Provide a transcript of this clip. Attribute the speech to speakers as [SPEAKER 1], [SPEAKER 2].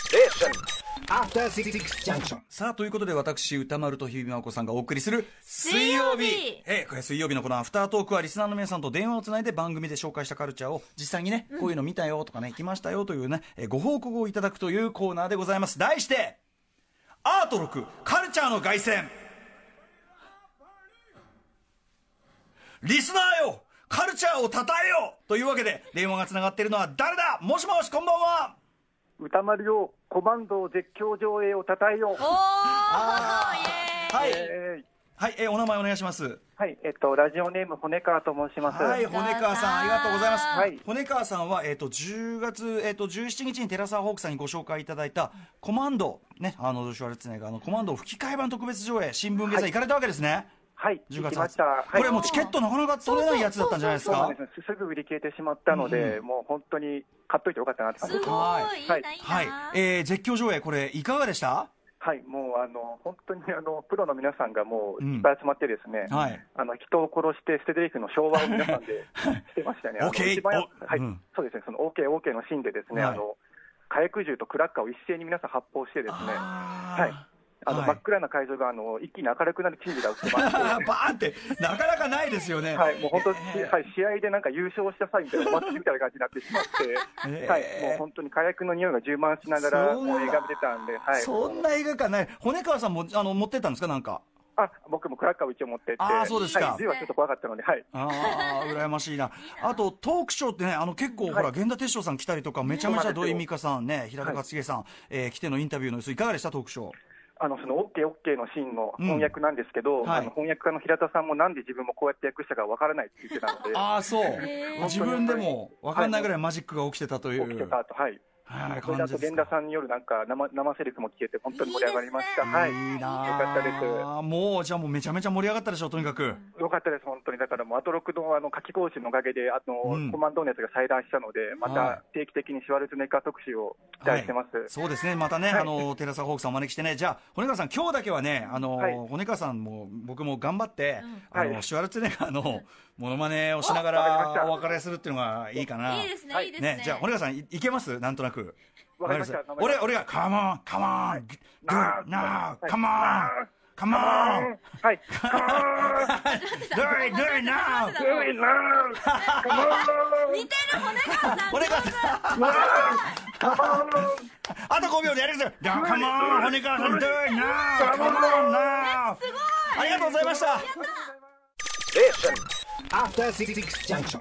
[SPEAKER 1] Station. After Six Junction.
[SPEAKER 2] さあ、ということで私、歌丸と日々真央子さんがお送りする、水曜日えーこれ水曜日のこのアフタートークは、リスナーの皆さんと電話をつないで番組で紹介したカルチャーを、実際にね、こういうの見たよとかね、来ましたよというね、えーご報告をいただくというコーナーでございます。題して、アート6、カルチャーの凱旋リスナーよカルチャーを称えよというわけで、電話がつながっているのは誰だもしもし、こんばんは
[SPEAKER 3] 歌丸をコマンドを絶叫上映をたたえよう
[SPEAKER 4] おー
[SPEAKER 2] は
[SPEAKER 4] イエーイ
[SPEAKER 2] い、
[SPEAKER 3] えー
[SPEAKER 2] はい、えーお名前お願いします。
[SPEAKER 3] はい、えっと、ラジオネーム、骨川と申します。
[SPEAKER 2] はい、骨川さん、ありがとうございます。
[SPEAKER 3] はい
[SPEAKER 2] 骨川さんは、えっ、と、10月、えっ、と、17日に寺沢ホークさんにご紹介いただいた、コマンド、ね、あの、シュワルツェネッガーのコマンド吹き替え版特別上映、新聞掲載、行かれたわけですね。
[SPEAKER 3] はい、
[SPEAKER 2] 10
[SPEAKER 3] 行
[SPEAKER 2] 月
[SPEAKER 3] きました。
[SPEAKER 2] は
[SPEAKER 3] はい、
[SPEAKER 2] これもうチケットなかなか取れないやつだったんじゃないです
[SPEAKER 3] そうなん
[SPEAKER 2] か
[SPEAKER 3] で。す。すぐ売り切れてしまったので、もう本当に買っといてよかったなって感じ
[SPEAKER 4] す
[SPEAKER 3] です。
[SPEAKER 4] ご
[SPEAKER 2] はい
[SPEAKER 4] い、いい
[SPEAKER 3] は
[SPEAKER 4] な、
[SPEAKER 3] い
[SPEAKER 4] いいな。
[SPEAKER 2] はい、えー、絶叫上映、これ、いかがでした
[SPEAKER 3] はい、もう、あの、本当に、あの、プロの皆さんがも
[SPEAKER 2] う
[SPEAKER 3] う、
[SPEAKER 2] ん
[SPEAKER 3] いっぱい集まってですね、
[SPEAKER 2] はい
[SPEAKER 3] あの、人を殺して捨てていくの昭和を皆さんでしてま したね。あの
[SPEAKER 2] OK
[SPEAKER 3] 一番やはい、
[SPEAKER 2] うん
[SPEAKER 3] そうですね、その OK、OK のシーンでですね、
[SPEAKER 2] はい
[SPEAKER 3] あの、火薬銃とクラッカーを一斉に皆さん発砲してですね、
[SPEAKER 2] あー
[SPEAKER 3] はい。あの、
[SPEAKER 2] はい
[SPEAKER 3] 真っ暗な会場が、あの、一気に明るくなるチームが映ってまして、
[SPEAKER 2] バーンって、なかなかないですよ ね。
[SPEAKER 3] はい、もう本当、はい、試合でなんか優勝した際みたいな、お祭りみたいな感じになってしまって、
[SPEAKER 2] えー
[SPEAKER 3] はい、もう本当に火薬の匂いが充満しながら、
[SPEAKER 2] そう
[SPEAKER 3] もう映画見てたんで、はい、
[SPEAKER 2] そんな映画館ない。骨川さんも、あの、持ってったんですかなんか。
[SPEAKER 3] あ僕もクラッカーを一応持ってって、
[SPEAKER 2] あーそうですか
[SPEAKER 3] はい、銃はちょっと怖かったので、はい、
[SPEAKER 2] ああ、羨ましいな。あと、トークショーってね、あの、結構、ほら、源田哲章さん来たりとか、めちゃめちゃ土井美香さんね、平田勝家さん、えー来てのインタビューの様子、いかがでした、トークショー。
[SPEAKER 3] あのその OK、OK のシーンの翻訳なんですけど、
[SPEAKER 2] うんはい
[SPEAKER 3] あの翻訳家の平田さんもなんで自分もこうやって訳したかわからないって言ってたので、
[SPEAKER 2] ああ、そう。
[SPEAKER 4] へー
[SPEAKER 2] 自分でも、わかんないぐらいマジックが起きてたとい
[SPEAKER 3] 起きて
[SPEAKER 2] う。
[SPEAKER 3] た後、はい、
[SPEAKER 2] はい、
[SPEAKER 3] それ
[SPEAKER 2] 感
[SPEAKER 3] であ
[SPEAKER 2] じ
[SPEAKER 3] と
[SPEAKER 2] です
[SPEAKER 3] 源田
[SPEAKER 2] か。
[SPEAKER 3] さんによるなんか生生セリフも聞けて、本当に盛り上がりました。
[SPEAKER 4] いいですね
[SPEAKER 3] はい
[SPEAKER 2] いいな
[SPEAKER 3] よかったです
[SPEAKER 2] あもう、じゃあもうめちゃめちゃ盛り上がったでしょ、とにかく。
[SPEAKER 3] よかったです、本当に、だからもう、アトロックのあの夏季講習のおかげで、あの
[SPEAKER 2] うん
[SPEAKER 3] コマンドのやつが裁断したので、ま
[SPEAKER 2] は
[SPEAKER 3] た定期的にシュワルツェネッカー特集を期待してます。
[SPEAKER 2] はいそうですね、またね、
[SPEAKER 3] はい
[SPEAKER 2] あの寺澤ホークさんをお招きしてね、じゃあ、骨川さん、今日だけはね、あの、
[SPEAKER 3] はい
[SPEAKER 2] 骨川さんも僕も頑張って、
[SPEAKER 3] うん
[SPEAKER 2] あの
[SPEAKER 3] はい
[SPEAKER 2] シュワルツェネッガーのものまねをしなが
[SPEAKER 3] おわかりまし
[SPEAKER 2] ら
[SPEAKER 3] た
[SPEAKER 2] お別れするっていうのがいいかな。
[SPEAKER 4] いいですね、
[SPEAKER 3] はい
[SPEAKER 4] い、いですね。
[SPEAKER 2] じゃあ、骨川さん、いいけますなんとなく。
[SPEAKER 3] わかりました
[SPEAKER 2] わか俺、俺が、カモン、カモン、ド
[SPEAKER 3] なあ
[SPEAKER 2] ゥ、なあ、
[SPEAKER 3] はい
[SPEAKER 2] カモン、カモン、
[SPEAKER 3] はい。
[SPEAKER 2] ドゥイ、ドゥイ、なあ。
[SPEAKER 4] 似てる骨川さん。
[SPEAKER 2] 骨川さん、あと5秒でやりますよ。ドゥカモン、骨川さん、ドゥイ、なあ、カモン、なあ。すごい。ありがとうございました。
[SPEAKER 1] Station. After Six Junction.